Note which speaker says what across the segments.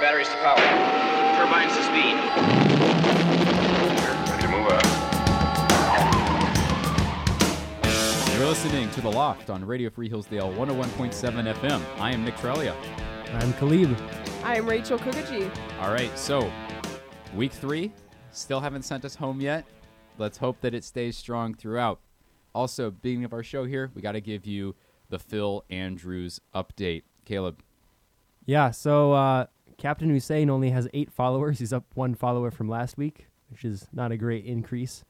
Speaker 1: Batteries to power. Turbines to speed.
Speaker 2: Ready to move out.
Speaker 3: You're listening to The Loft on Radio Free Hillsdale 101.7 FM. I am Nick Trelia.
Speaker 4: I'm Khalib.
Speaker 5: I'm Rachel Kukuchi.
Speaker 3: All right, so week three, still haven't sent us home yet. Let's hope that it stays strong throughout. Also, beginning of our show here, we got to give you the Phil Andrews update. Caleb,
Speaker 4: Yeah, so uh, Captain Hussein only has eight followers. He's up one follower from last week, which is not a great increase.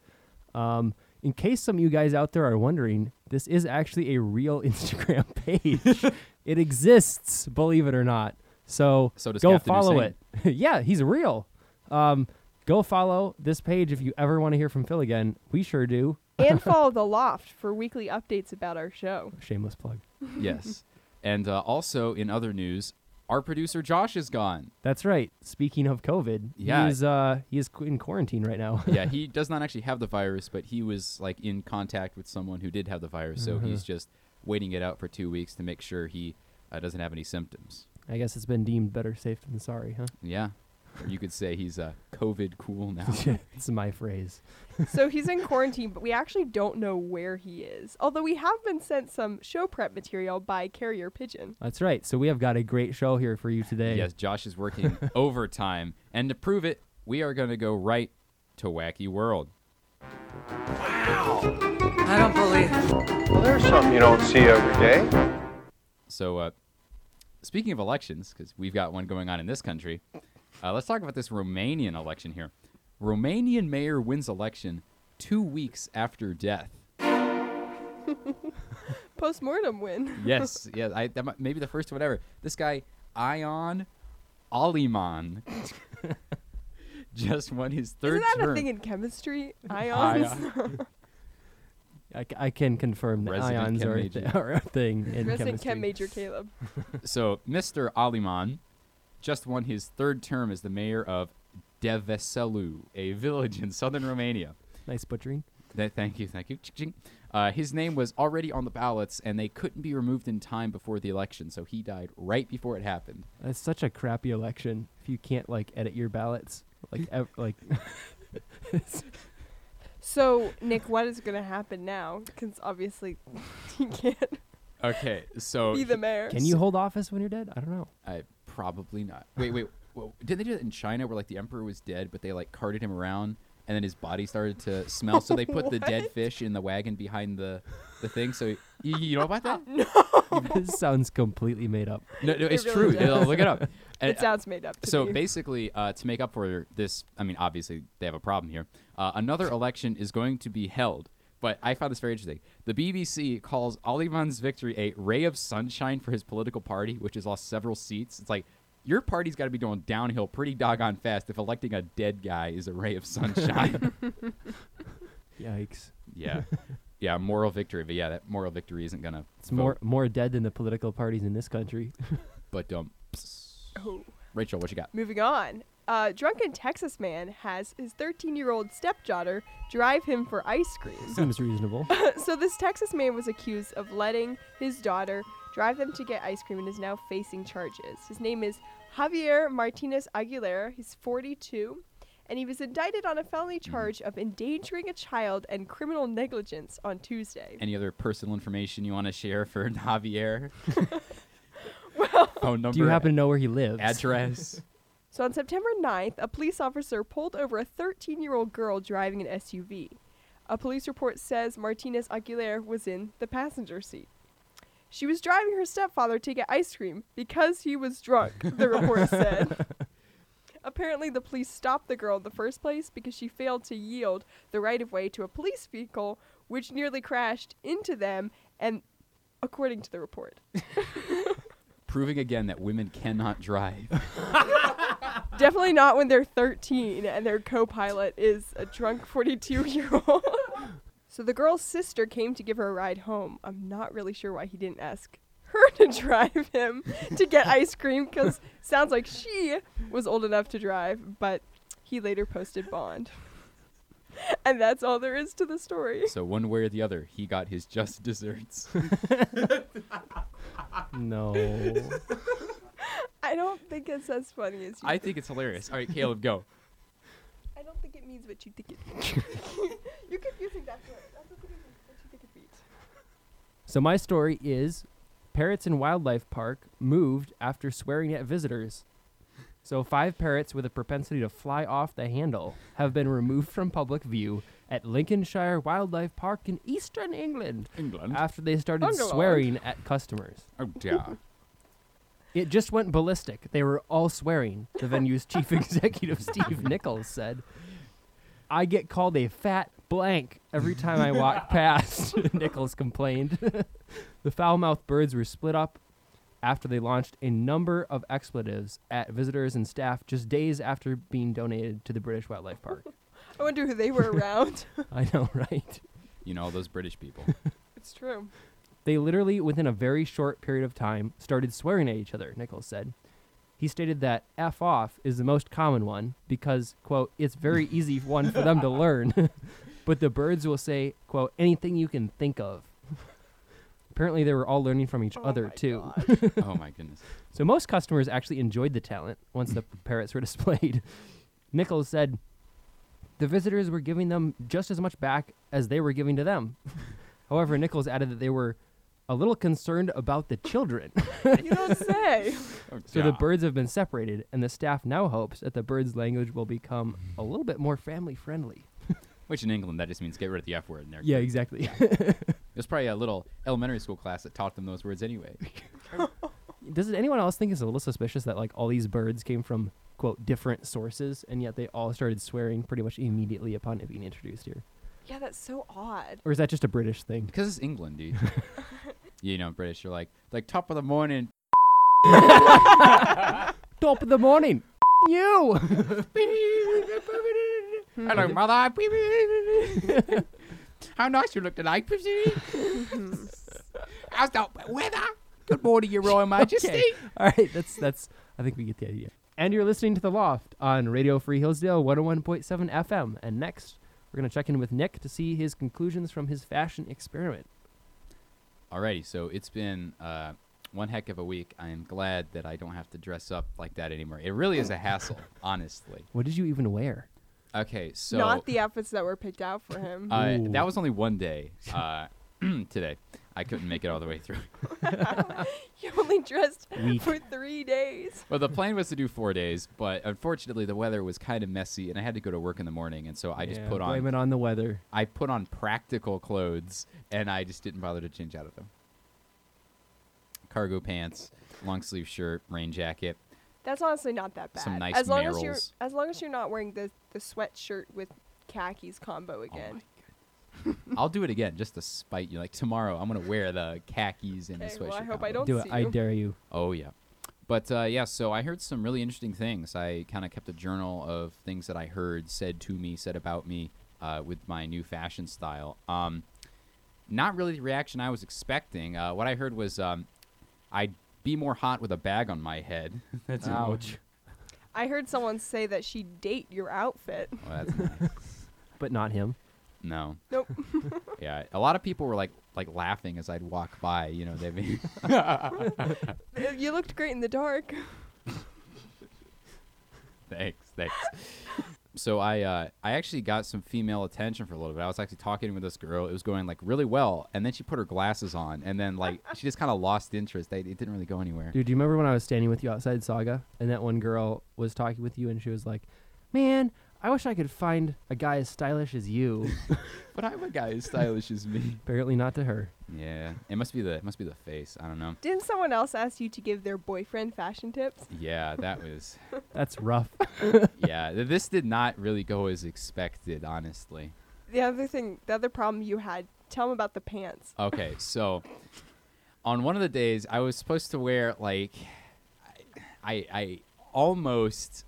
Speaker 4: Um, in case some of you guys out there are wondering, this is actually a real Instagram page. it exists, believe it or not. So,
Speaker 3: So does
Speaker 4: go
Speaker 3: Captain
Speaker 4: follow
Speaker 3: Hussein.
Speaker 4: it. yeah, he's real. Um, go follow this page if you ever want to hear from Phil again. We sure do.
Speaker 5: And follow The Loft for weekly updates about our show.
Speaker 4: Shameless plug.
Speaker 3: yes. and uh, also, in other news, our producer Josh is gone.
Speaker 4: That's right. Speaking of COVID,
Speaker 3: Yeah.
Speaker 4: he is, uh, he is qu- in quarantine right now.
Speaker 3: yeah, he does not actually have the virus, but he was like in contact with someone who did have the virus, so he's just waiting it out for two weeks to make sure he uh, doesn't have any symptoms.
Speaker 4: I guess it's been deemed better safe than sorry, huh?
Speaker 3: Yeah, or you could say he's uh, COVID cool now.
Speaker 4: it's my phrase.
Speaker 5: so he's in quarantine, but we actually don't know where he is. Although we have been sent some show prep material by Carrier Pigeon.
Speaker 4: That's right. So we have got a great show here for you today.
Speaker 3: Yes, Josh is working overtime, and to prove it, we are going to go right to Wacky World.
Speaker 6: I don't believe
Speaker 2: Well, there's something Um, you don't see every day.
Speaker 3: So, uh, speaking of elections, because we've got one going on in this country, uh, let's talk about this Romanian election here. Romanian mayor wins election two weeks after death.
Speaker 5: Postmortem win.
Speaker 3: Yes, yeah, I, that might, maybe the first one ever. This guy, Ion Oliman, just won his third
Speaker 5: Isn't that
Speaker 3: term.
Speaker 5: a thing in chemistry? Ions?
Speaker 3: Ion.
Speaker 4: I, c- I can confirm that
Speaker 3: Resident
Speaker 4: ions
Speaker 3: chem
Speaker 4: are a,
Speaker 3: major.
Speaker 4: th- are a thing in
Speaker 5: Resident
Speaker 4: chemistry.
Speaker 5: Chem Major Caleb.
Speaker 3: so Mr. Aliman just won his third term as the mayor of Deveselu, a village in southern Romania.
Speaker 4: Nice butchering.
Speaker 3: Th- thank you, thank you. Ching, ching. Uh, his name was already on the ballots, and they couldn't be removed in time before the election, so he died right before it happened.
Speaker 4: That's such a crappy election. If you can't like edit your ballots, like ev- like
Speaker 5: So, Nick, what is going to happen now? Because obviously he can't
Speaker 3: Okay, so
Speaker 5: be the mayor.
Speaker 4: can you hold office when you're dead? I don't know.
Speaker 3: I probably not. Wait, wait. Whoa. Did they do that in China where like the emperor was dead, but they like carted him around, and then his body started to smell? So they put the dead fish in the wagon behind the the thing. So y- you, know about that? No,
Speaker 4: this sounds completely made up.
Speaker 3: no, it's true.
Speaker 5: really does.
Speaker 3: Uh, Look it up. And,
Speaker 5: It sounds made up. To
Speaker 3: so
Speaker 5: me.
Speaker 3: basically, uh, to make up for this, I mean, obviously they have a problem here. Uh, another election is going to be held, but I found this very interesting. The BBC calls Olivan's victory a ray of sunshine for his political party, which has lost several seats. It's like your party's got to be going downhill pretty doggone fast if electing a dead guy is a ray of sunshine.
Speaker 4: Yikes.
Speaker 3: yeah, yeah, moral victory, but yeah, that moral victory isn't gonna.
Speaker 4: It's
Speaker 3: vote,
Speaker 4: more more dead than the political parties in this country.
Speaker 3: But um,
Speaker 5: Oh.
Speaker 3: Rachel, what you got?
Speaker 5: Moving on. A drunken Texas man has his 13 year old stepdaughter drive him for ice cream.
Speaker 4: Seems reasonable.
Speaker 5: so, this Texas man was accused of letting his daughter drive them to get ice cream and is now facing charges. His name is Javier Martinez Aguilera. He's 42, and he was indicted on a felony charge of endangering a child and criminal negligence on Tuesday.
Speaker 3: Any other personal information you want to share for Javier? Phone number.
Speaker 4: Do you happen to know where he lives?
Speaker 3: address.
Speaker 5: So on September 9th, a police officer pulled over a 13 year old girl driving an SUV. A police report says Martinez Aguilera was in the passenger seat. She was driving her stepfather to get ice cream because he was drunk, the report said. Apparently, the police stopped the girl in the first place because she failed to yield the right of way to a police vehicle, which nearly crashed into them, and according to the report,
Speaker 3: Proving again that women cannot drive.
Speaker 5: Definitely not when they're 13 and their co pilot is a drunk 42 year old. so the girl's sister came to give her a ride home. I'm not really sure why he didn't ask her to drive him to get ice cream because sounds like she was old enough to drive, but he later posted bond. and that's all there is to the story.
Speaker 3: so one way or the other, he got his just desserts.
Speaker 4: No.
Speaker 5: I don't think it's as funny as you.
Speaker 3: I think it's hilarious. All right, Caleb, go.
Speaker 5: I don't think it means what you think it means. You're confusing that word. I don't think it means what you think it means.
Speaker 4: So my story is parrots in wildlife park moved after swearing at visitors. So five parrots with a propensity to fly off the handle have been removed from public view at Lincolnshire Wildlife Park in eastern England
Speaker 3: England.
Speaker 4: after they started
Speaker 5: England.
Speaker 4: swearing at customers.
Speaker 3: oh yeah.
Speaker 4: It just went ballistic. They were all swearing, the venue's chief executive, Steve Nichols, said. I get called a fat blank every time I walk past, Nichols complained. the foul mouthed birds were split up after they launched a number of expletives at visitors and staff just days after being donated to the British Wildlife Park.
Speaker 5: I wonder who they were around.
Speaker 4: I know, right?
Speaker 3: You know all those British people.
Speaker 5: it's true.
Speaker 4: They literally, within a very short period of time, started swearing at each other, Nichols said. He stated that F off is the most common one because, quote, it's very easy one for them to learn. but the birds will say, quote, anything you can think of. Apparently, they were all learning from each
Speaker 5: Oh
Speaker 4: other,
Speaker 5: my
Speaker 4: too.
Speaker 5: God.
Speaker 3: oh my goodness.
Speaker 4: So most customers actually enjoyed the talent once the parrots were displayed. Nichols said the visitors were giving them just as much back as they were giving to them. However, Nichols added that they were a little concerned about the children.
Speaker 5: You don't say.
Speaker 3: Oh,
Speaker 4: so the
Speaker 3: yeah.
Speaker 4: birds have been separated, and the staff now hopes that the birds' language will become a little bit more family friendly.
Speaker 3: Which in England that just means get rid of the F word in there.
Speaker 4: Yeah, exactly.
Speaker 3: There's probably a little elementary school class that taught them those words anyway.
Speaker 4: Does anyone else think it's a little suspicious that like all these birds came from quote different sources and yet they all started swearing pretty much immediately upon it being introduced here?
Speaker 5: Yeah, that's so odd.
Speaker 4: Or is that just a British thing?
Speaker 3: Because it's England, dude. you know, British are like like top of the morning.
Speaker 4: Top of the morning. you. Mm.
Speaker 3: Hello, mother. How nice you look tonight.
Speaker 5: Mm-hmm.
Speaker 3: How's the weather? Good morning, Your Royal Majesty.
Speaker 4: Okay. All right, that's that's I think we get the idea. And you're listening to The Loft on Radio Free Hillsdale 101.7 FM. And next, we're going to check in with Nick to see his conclusions from his fashion experiment.
Speaker 3: Alrighty, so it's been uh, one heck of a week. I am glad that I don't have to dress up like that anymore. It really is a hassle, honestly.
Speaker 4: What did you even wear?
Speaker 3: Okay, so
Speaker 5: Not the outfits that were picked out for him.
Speaker 3: Uh,
Speaker 4: Ooh.
Speaker 3: that was only one day uh, today. I couldn't make it all the way through.
Speaker 5: you only dressed
Speaker 4: Weak.
Speaker 5: for three days.
Speaker 3: Well, the plan was to do four days, but unfortunately, the weather was kind of messy, and I had to go to work in the morning, and so I just
Speaker 4: Yeah,
Speaker 3: put on
Speaker 4: blame it on the weather.
Speaker 3: I put on practical clothes, and I just didn't bother to change out of them. Cargo pants, long sleeve shirt, rain jacket.
Speaker 5: That's honestly not that bad.
Speaker 3: Some nice
Speaker 5: as long as you're
Speaker 3: Merrells.
Speaker 5: as long as you're not wearing the the sweatshirt with khakis combo
Speaker 3: Oh my
Speaker 5: again.
Speaker 3: goodness. I'll do it again just to spite you. Like tomorrow, I'm gonna wear the khakis and the
Speaker 5: Okay,
Speaker 3: sweatshirt.
Speaker 5: well, I hope I
Speaker 3: combo.
Speaker 5: don't
Speaker 4: Do it.
Speaker 5: see
Speaker 4: I
Speaker 5: you.
Speaker 4: dare you.
Speaker 3: Oh yeah, but uh, yeah. So I heard some really interesting things. I kind of kept a journal of things that I heard said to me, said about me, uh, with my new fashion style. Um, not really the reaction I was expecting. Uh, what I heard was um, I'd be more hot with a bag on my head. that's
Speaker 4: Ouch.
Speaker 5: I heard someone say that she date your outfit.
Speaker 3: Well, that's nice.
Speaker 4: But not him.
Speaker 3: No.
Speaker 5: Nope.
Speaker 3: Yeah. A lot of people were like like laughing as I'd walk by. You know, they'd be
Speaker 5: Uh, you looked great in the dark.
Speaker 3: thanks, thanks. So I uh, I actually got some female attention for a little bit. I was actually talking with this girl. It was going like really well, and then she put her glasses on, and then like she just kind of lost interest. They, it didn't really go anywhere.
Speaker 4: Dude, do you remember when I was standing with you outside Saga and that one girl was talking with you and she was like, Man, I wish I could find a guy as stylish as you.
Speaker 3: But I'm a guy as stylish as me.
Speaker 4: Apparently not to her.
Speaker 3: Yeah, it must be the it must be the face. I don't know.
Speaker 5: Didn't someone else ask you to give their boyfriend fashion tips?
Speaker 3: Yeah, that was.
Speaker 4: That's rough.
Speaker 3: Yeah, th- this did not really go as expected, honestly.
Speaker 5: The other thing, the other problem you had, tell them about the pants.
Speaker 3: Okay, so on one of the days, I was supposed to wear like I I, I almost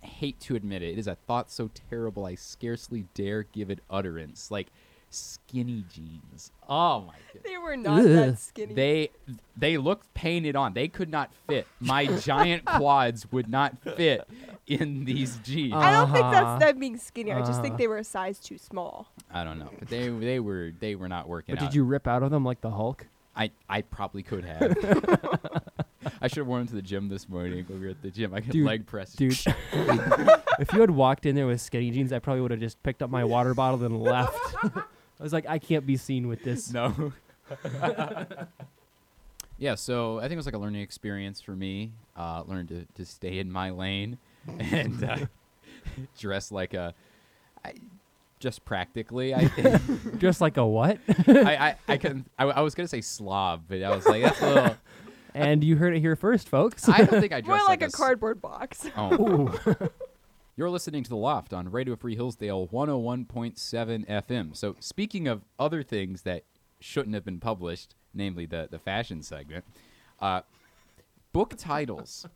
Speaker 3: hate to admit it. It is a thought so terrible I scarcely dare give it utterance. Like skinny jeans. Oh my god.
Speaker 5: They were not
Speaker 4: Ugh.
Speaker 5: that skinny.
Speaker 3: They they looked painted on. They could not fit. My giant quads would not fit in these jeans.
Speaker 5: I don't think
Speaker 4: Uh-huh.
Speaker 5: that's them being skinny. I just
Speaker 4: Uh-huh.
Speaker 5: think they were a size too small.
Speaker 3: I don't know, but they they were they were not working
Speaker 4: But
Speaker 3: out.
Speaker 4: did you rip out of them like the Hulk?
Speaker 3: I I probably could have. I should have worn them to the gym this morning when we were at the gym. I got
Speaker 4: Dude,
Speaker 3: leg press.
Speaker 4: dude. if you had walked in there with skinny jeans, I probably would have just picked up my water bottle and left. I was like, I can't be seen with this.
Speaker 3: No. yeah, so I think it was like a learning experience for me. Uh, learned to, to stay in my lane and uh, dress like a. I, just practically, I,
Speaker 4: Just like a what?
Speaker 3: I, I, I couldn't. I, I was gonna say Slav, but I was like, that's a little.
Speaker 4: and you heard it here first, folks.
Speaker 3: I don't think I
Speaker 5: More
Speaker 3: dressed
Speaker 5: like, a,
Speaker 3: s-
Speaker 5: cardboard box.
Speaker 3: Oh.
Speaker 4: Ooh.
Speaker 3: You're listening to The Loft on Radio Free Hillsdale 101.7 FM. So, speaking of other things that shouldn't have been published, namely the, the fashion segment, uh, book titles.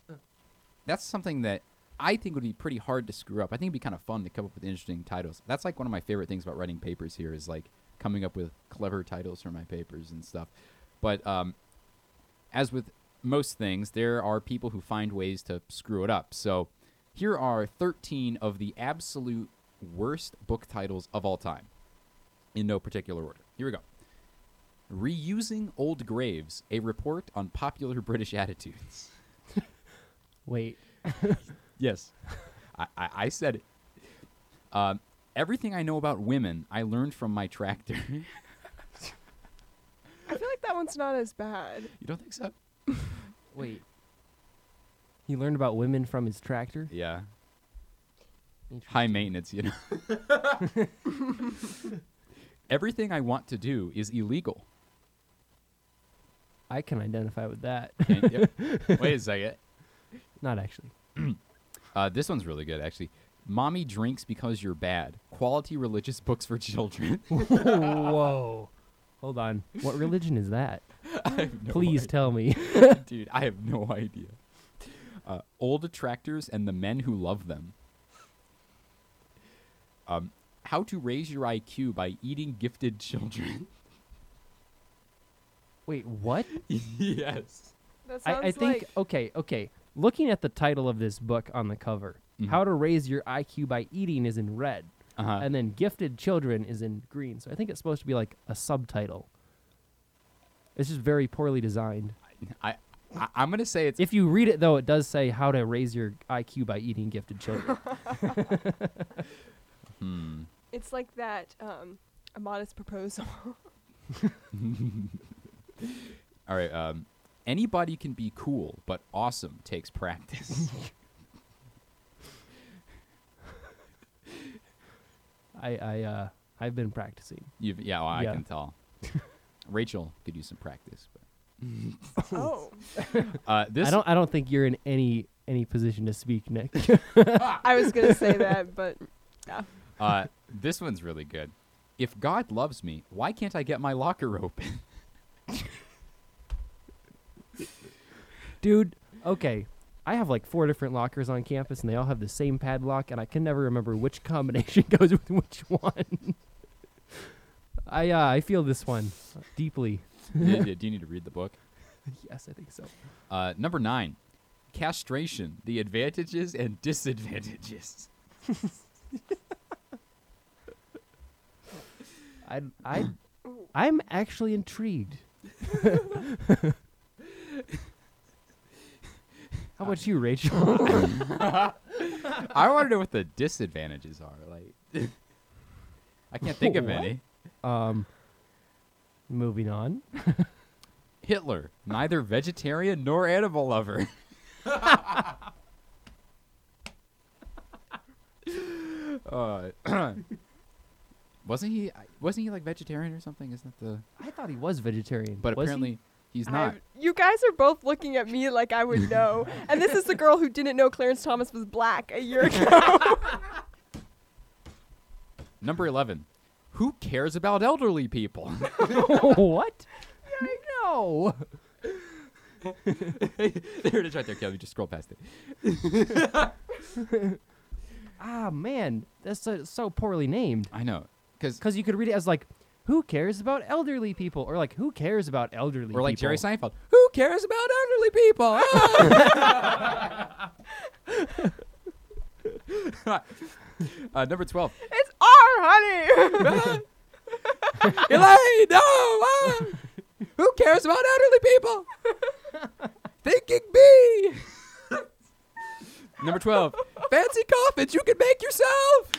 Speaker 3: That's something that I think would be pretty hard to screw up. I think it'd be kind of fun to come up with interesting titles. That's like one of my favorite things about writing papers here is like coming up with clever titles for my papers and stuff. But um, as with most things, there are people who find ways to screw it up. So here are 13 of the absolute worst book titles of all time in no particular order. Here we go Reusing Old Graves, a report on popular British attitudes.
Speaker 4: Wait.
Speaker 3: Yes. I, I, I said it. Um, everything I know about women, I learned from my tractor. you
Speaker 5: I feel like that one's not as bad.
Speaker 3: don't think so?
Speaker 4: Wait. He learned about women from his tractor.
Speaker 3: Yeah. High maintenance, you know. Everything I want to do is illegal.
Speaker 4: I can identify with that.
Speaker 3: And- yep. Wait a second.
Speaker 4: Not actually.
Speaker 3: Uh, this one's really good, actually. Mommy drinks because you're bad. Quality religious books for children.
Speaker 4: Whoa. Hold on. What religion is that? Please tell me.
Speaker 3: Dude, I have no idea. Uh, old attractors and the men who love them. Um, how to raise your IQ by eating gifted children.
Speaker 4: Wait, what?
Speaker 3: yes.
Speaker 5: That
Speaker 4: I,
Speaker 5: sounds
Speaker 4: I think
Speaker 5: like
Speaker 4: okay, okay. Looking at the title of this book on the cover,
Speaker 3: Mhm.
Speaker 4: "How to Raise Your IQ by Eating" is in red,
Speaker 3: Uh-huh.
Speaker 4: and then "Gifted Children" is in green. So I think it's supposed to be like a subtitle. It's just very poorly designed.
Speaker 3: I, I, I'm going to say it's
Speaker 4: If you read it though, it does say "How to Raise Your IQ by Eating Gifted Children."
Speaker 5: it's like that um, a modest proposal.
Speaker 3: All right. Um, anybody can be cool, but awesome takes practice.
Speaker 4: I, I, uh, I've been practicing.
Speaker 3: You've, yeah, well, I
Speaker 4: Yeah.
Speaker 3: can tell. Rachel could use some practice. But.
Speaker 5: oh,
Speaker 3: Uh, this
Speaker 4: I don't, I don't think you're in any any position to speak, Nick.
Speaker 5: I was gonna say that, but yeah.
Speaker 3: uh, this one's really good. If God loves me, why can't I get my locker open?
Speaker 4: Dude, okay. I have like four different lockers on campus and they all have the same padlock and I can never remember which combination goes with which one. I uh, I feel this one deeply.
Speaker 3: Yeah, yeah, Do you need to read the book?
Speaker 4: Yes, I think so.
Speaker 3: Uh, number nine, castration: the advantages and disadvantages.
Speaker 4: I I I'm actually intrigued. How about you, Rachel?
Speaker 3: I want to know what the disadvantages are. Like, I can't think of
Speaker 4: What?
Speaker 3: any.
Speaker 4: um moving on.
Speaker 3: Hitler, neither vegetarian nor animal lover. uh, wasn't he? Wasn't he like vegetarian or something? Isn't that the?
Speaker 4: I thought he was vegetarian.
Speaker 3: But
Speaker 4: was he?
Speaker 3: apparently he's not.
Speaker 5: I'm- you guys are both looking at me like I would know. and this is the girl who didn't know Clarence Thomas was black a year ago.
Speaker 3: Number eleven. Who cares about elderly people?
Speaker 4: what? No.
Speaker 3: there it is, right there, Kelly. Just scroll past it.
Speaker 4: Ah man, that's so, so poorly named.
Speaker 3: I know, because
Speaker 4: Because you could read it as like, "Who cares about elderly people?" or like, "Who cares about elderly?"
Speaker 3: or like Jerry
Speaker 4: people?"
Speaker 3: Seinfeld. Who cares about elderly people? Ah! uh, number twelve.
Speaker 5: it's R, honey.
Speaker 3: Elaine, no! ah! Who cares about elderly people? Thinking bee. Number 12. Fancy coffins you can make yourself.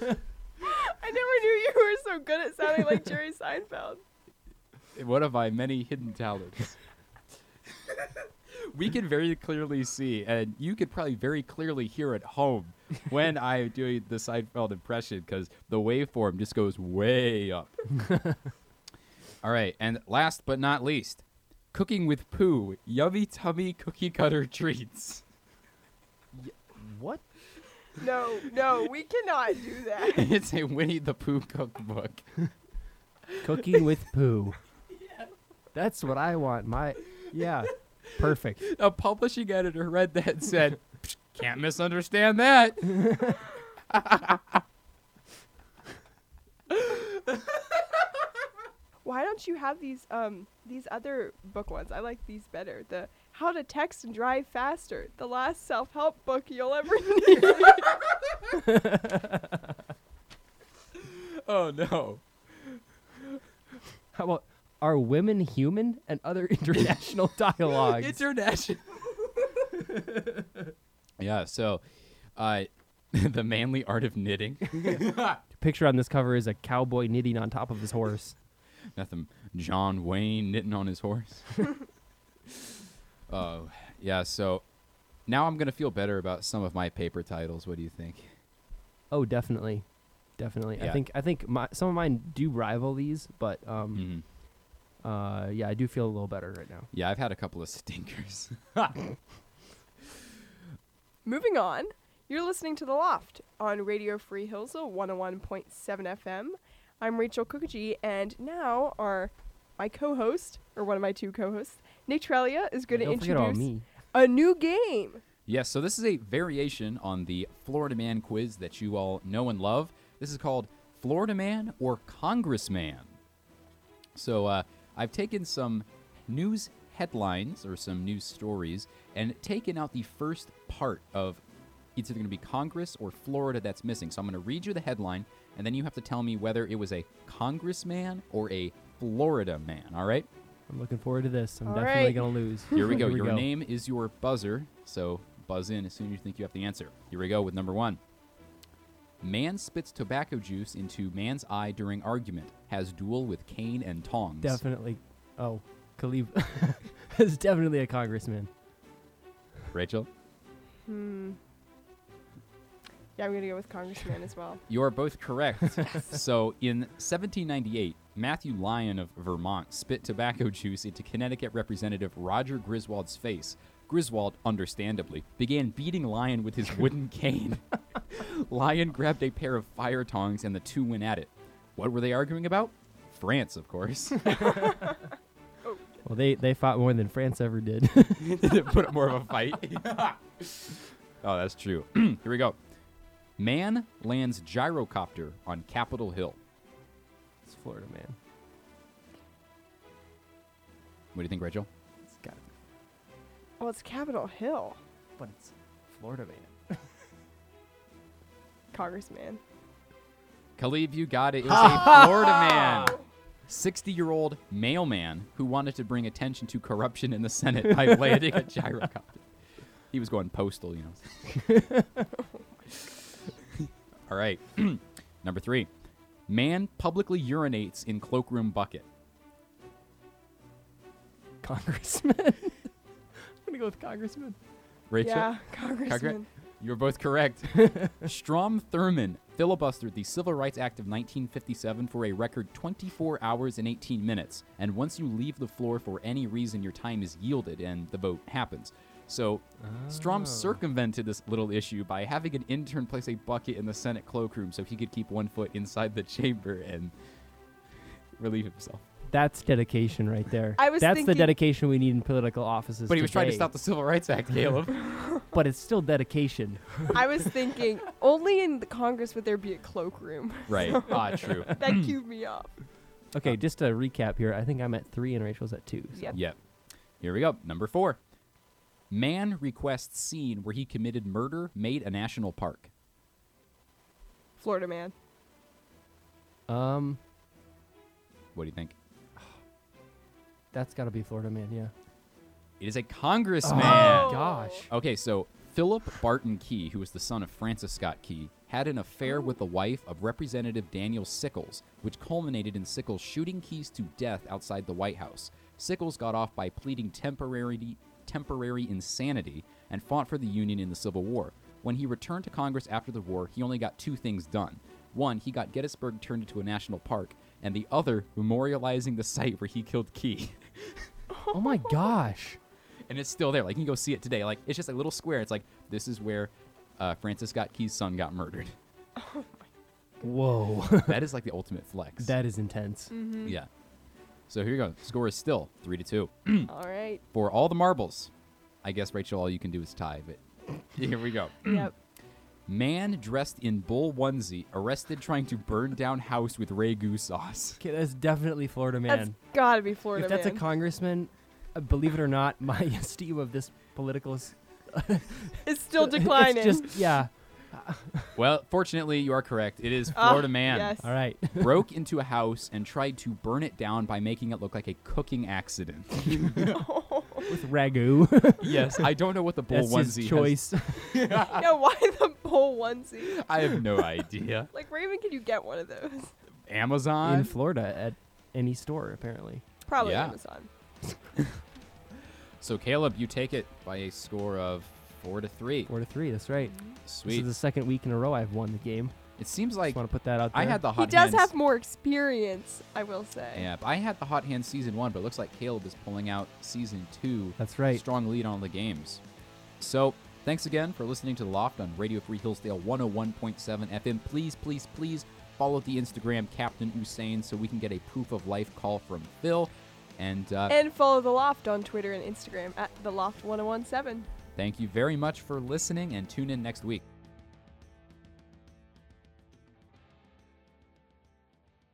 Speaker 5: I never knew you were so good at sounding like Jerry Seinfeld.
Speaker 3: One of my many hidden talents. we can very clearly see, and you could probably very clearly hear at home when I'm doing the Seinfeld impression because the waveform just goes way up. All right, and last but not least, cooking with poo, yummy tummy cookie cutter treats.
Speaker 4: What?
Speaker 5: No, no, we cannot do that.
Speaker 3: it's a Winnie the Pooh cookbook.
Speaker 4: Cooking with poo. That's what I want. My yeah. Perfect.
Speaker 3: a publishing editor read that and said, "Can't misunderstand that."
Speaker 5: Why don't you have these um these other book ones? I like these better. The How to Text and Drive Faster, the last self-help book you'll ever need.
Speaker 3: Oh no!
Speaker 4: How about are women human and other international dialogues?
Speaker 3: International. yeah. So, uh, the manly art of knitting.
Speaker 4: Picture on this cover is a cowboy knitting on top of his horse.
Speaker 3: Nothing. John Wayne knitting on his horse. Oh yeah. So now I'm gonna feel better about some of my paper titles. What do you think?
Speaker 4: Oh, definitely, definitely. I
Speaker 3: Yeah.
Speaker 4: think I think my, some of mine do rival these, but um,
Speaker 3: Mhm.
Speaker 4: uh, yeah, I do feel a little better right now.
Speaker 3: Yeah, I've had a couple of stinkers.
Speaker 5: Moving on, you're listening to The Loft on Radio Free Hillsdale 101.7 FM. I'm Rachel Cookagee, and now our my co-host, or one of my two co-hosts, Nick Trelia, is going to
Speaker 4: Don't forget all
Speaker 5: introduce
Speaker 4: me.
Speaker 5: a new game.
Speaker 3: Yes, so this is a variation on the Florida Man quiz that you all know and love. This is called Florida Man or Congressman. So uh, I've taken some news headlines or some news stories and taken out the first part of it's either going to be Congress or Florida that's missing. So I'm going to read you the headline, and then you have to tell me whether it was a Congressman or a Florida man. All right?
Speaker 4: I'm looking forward to this. I'm
Speaker 5: All
Speaker 4: definitely
Speaker 5: right.
Speaker 4: gonna lose.
Speaker 3: Here we go. your name is your buzzer, so buzz in as soon as you think you have the answer. Here we go with number one. Man spits tobacco juice into man's eye during argument. Has duel with cane and tongs.
Speaker 4: Definitely. Oh, Khalib is definitely a congressman.
Speaker 3: Rachel,
Speaker 5: Hmm. Yeah, I'm going to go with Congressman as well.
Speaker 3: you are both correct. so in 1798, Matthew Lyon of Vermont spit tobacco juice into Connecticut Representative Roger Griswold's face. Griswold, understandably, began beating Lyon with his wooden cane. Lyon grabbed a pair of fire tongs and the two went at it. What were they arguing about? France, of course.
Speaker 4: Well, they they fought more than France ever did.
Speaker 3: Put up more of a fight. oh, that's true. Here we go. Man lands gyrocopter on Capitol Hill.
Speaker 4: it's Florida man.
Speaker 3: What do you think, Rachel?
Speaker 4: It's got to be,
Speaker 5: Well, it's Capitol Hill,
Speaker 4: but it's Florida man.
Speaker 5: Congressman.
Speaker 3: Khalib, you got it. It was a Florida man. 60 year old mailman who wanted to bring attention to corruption in the Senate by landing a gyrocopter. He was going postal, you know. All right. Number three man publicly urinates in cloakroom bucket.
Speaker 4: Congressman. I'm gonna go with congressman.
Speaker 3: Rachel?
Speaker 5: Yeah, Congressman.
Speaker 3: You're both correct. Strom Thurmond filibustered the Civil Rights Act of 1957 for a record 24 hours and 18 minutes. And once you leave the floor for any reason, your time is yielded and the vote happens. So Strom circumvented this little issue by having an intern place a bucket in the Senate cloakroom so he could keep one foot inside the chamber and relieve himself.
Speaker 4: That's dedication right there.
Speaker 5: I was
Speaker 4: That's the
Speaker 5: thinking-
Speaker 4: dedication we need in political offices.
Speaker 3: But he was trying to
Speaker 4: today.
Speaker 3: stop the Civil Rights Act, Caleb.
Speaker 4: But it's still dedication.
Speaker 5: I was thinking only in the Congress would there be a cloakroom.
Speaker 3: right. Ah, true.
Speaker 5: That cued me up.
Speaker 4: Okay, just to recap here, I think I'm at three and Rachel's at two. so-
Speaker 5: Yep.
Speaker 3: Yep. Here we go. Number four. Man requests scene where he committed murder made a national park.
Speaker 5: Florida man.
Speaker 4: Um,
Speaker 3: What do you think?
Speaker 4: That's got to be Florida man, yeah.
Speaker 3: It is a congressman.
Speaker 5: Oh.
Speaker 4: Gosh.
Speaker 3: Okay, so Philip Barton Key, who was the son of Francis Scott Key, had an affair with the wife of Representative Daniel Sickles, which culminated in Sickles shooting Keys to death outside the White House. Sickles got off by pleading temporary, temporary insanity and fought for the Union in the Civil War. When he returned to Congress after the war, he only got two things done. One, he got Gettysburg turned into a national park, and the other, memorializing the site where he killed Key.
Speaker 4: Oh my gosh.
Speaker 3: and it's still there. Like you can go see it today. Like it's just a little square. It's like this is where uh, Francis Scott Key's son got murdered.
Speaker 4: Whoa.
Speaker 3: that is like the ultimate flex.
Speaker 4: that is intense.
Speaker 5: Mm-hmm.
Speaker 3: yeah. So here you go. Score is still three to two
Speaker 5: All right.
Speaker 3: for all the marbles. I guess Rachel, all you can do is tie. But here we go.
Speaker 5: Yep.
Speaker 3: Man dressed in bull onesie arrested trying to burn down house with ragu sauce.
Speaker 4: Okay, that's definitely Florida
Speaker 5: That's
Speaker 4: man.
Speaker 5: gotta be Florida
Speaker 4: if that's
Speaker 5: man.
Speaker 4: a congressman, uh, believe it or not, my esteem of this political s-
Speaker 5: it's still declining.
Speaker 4: It's just yeah.
Speaker 3: Well, fortunately, you are correct. It is
Speaker 5: Ah,
Speaker 3: Florida man.
Speaker 5: yes.
Speaker 4: All right.
Speaker 3: broke into a house and tried to burn it down by making it look like a cooking accident.
Speaker 4: With ragu.
Speaker 3: yes, I don't know what the bull
Speaker 4: that's
Speaker 3: onesie
Speaker 4: his
Speaker 3: has-
Speaker 4: choice.
Speaker 5: yeah, why the bull onesie?
Speaker 3: I have no idea.
Speaker 5: Like, Raven, can you get one of those?
Speaker 3: Amazon.
Speaker 4: in Florida at any store apparently.
Speaker 5: Probably
Speaker 3: Yeah.
Speaker 5: Amazon.
Speaker 3: so Caleb, you take it by a score of four to three.
Speaker 4: Four to three. That's right. This
Speaker 3: Sweet.
Speaker 4: is the second week in a row I've won the game.
Speaker 3: it seems
Speaker 4: Just
Speaker 3: like
Speaker 4: want to put that out there.
Speaker 3: I had the
Speaker 5: He
Speaker 3: hot.
Speaker 5: does
Speaker 3: hands.
Speaker 5: have more experience, I will say.
Speaker 3: Yeah, I had the hot hand season one, but it looks like Caleb is pulling out season two.
Speaker 4: That's right.
Speaker 3: Strong lead on the games. So, thanks again for listening to The Loft on Radio Free Hillsdale 101.7 FM. Please, please, please follow the Instagram Captain Usain so we can get a proof of life call from Phil. And, uh,
Speaker 5: And follow The Loft on Twitter and Instagram at The Loft 1017.
Speaker 3: thank you very much for listening and tune in next week.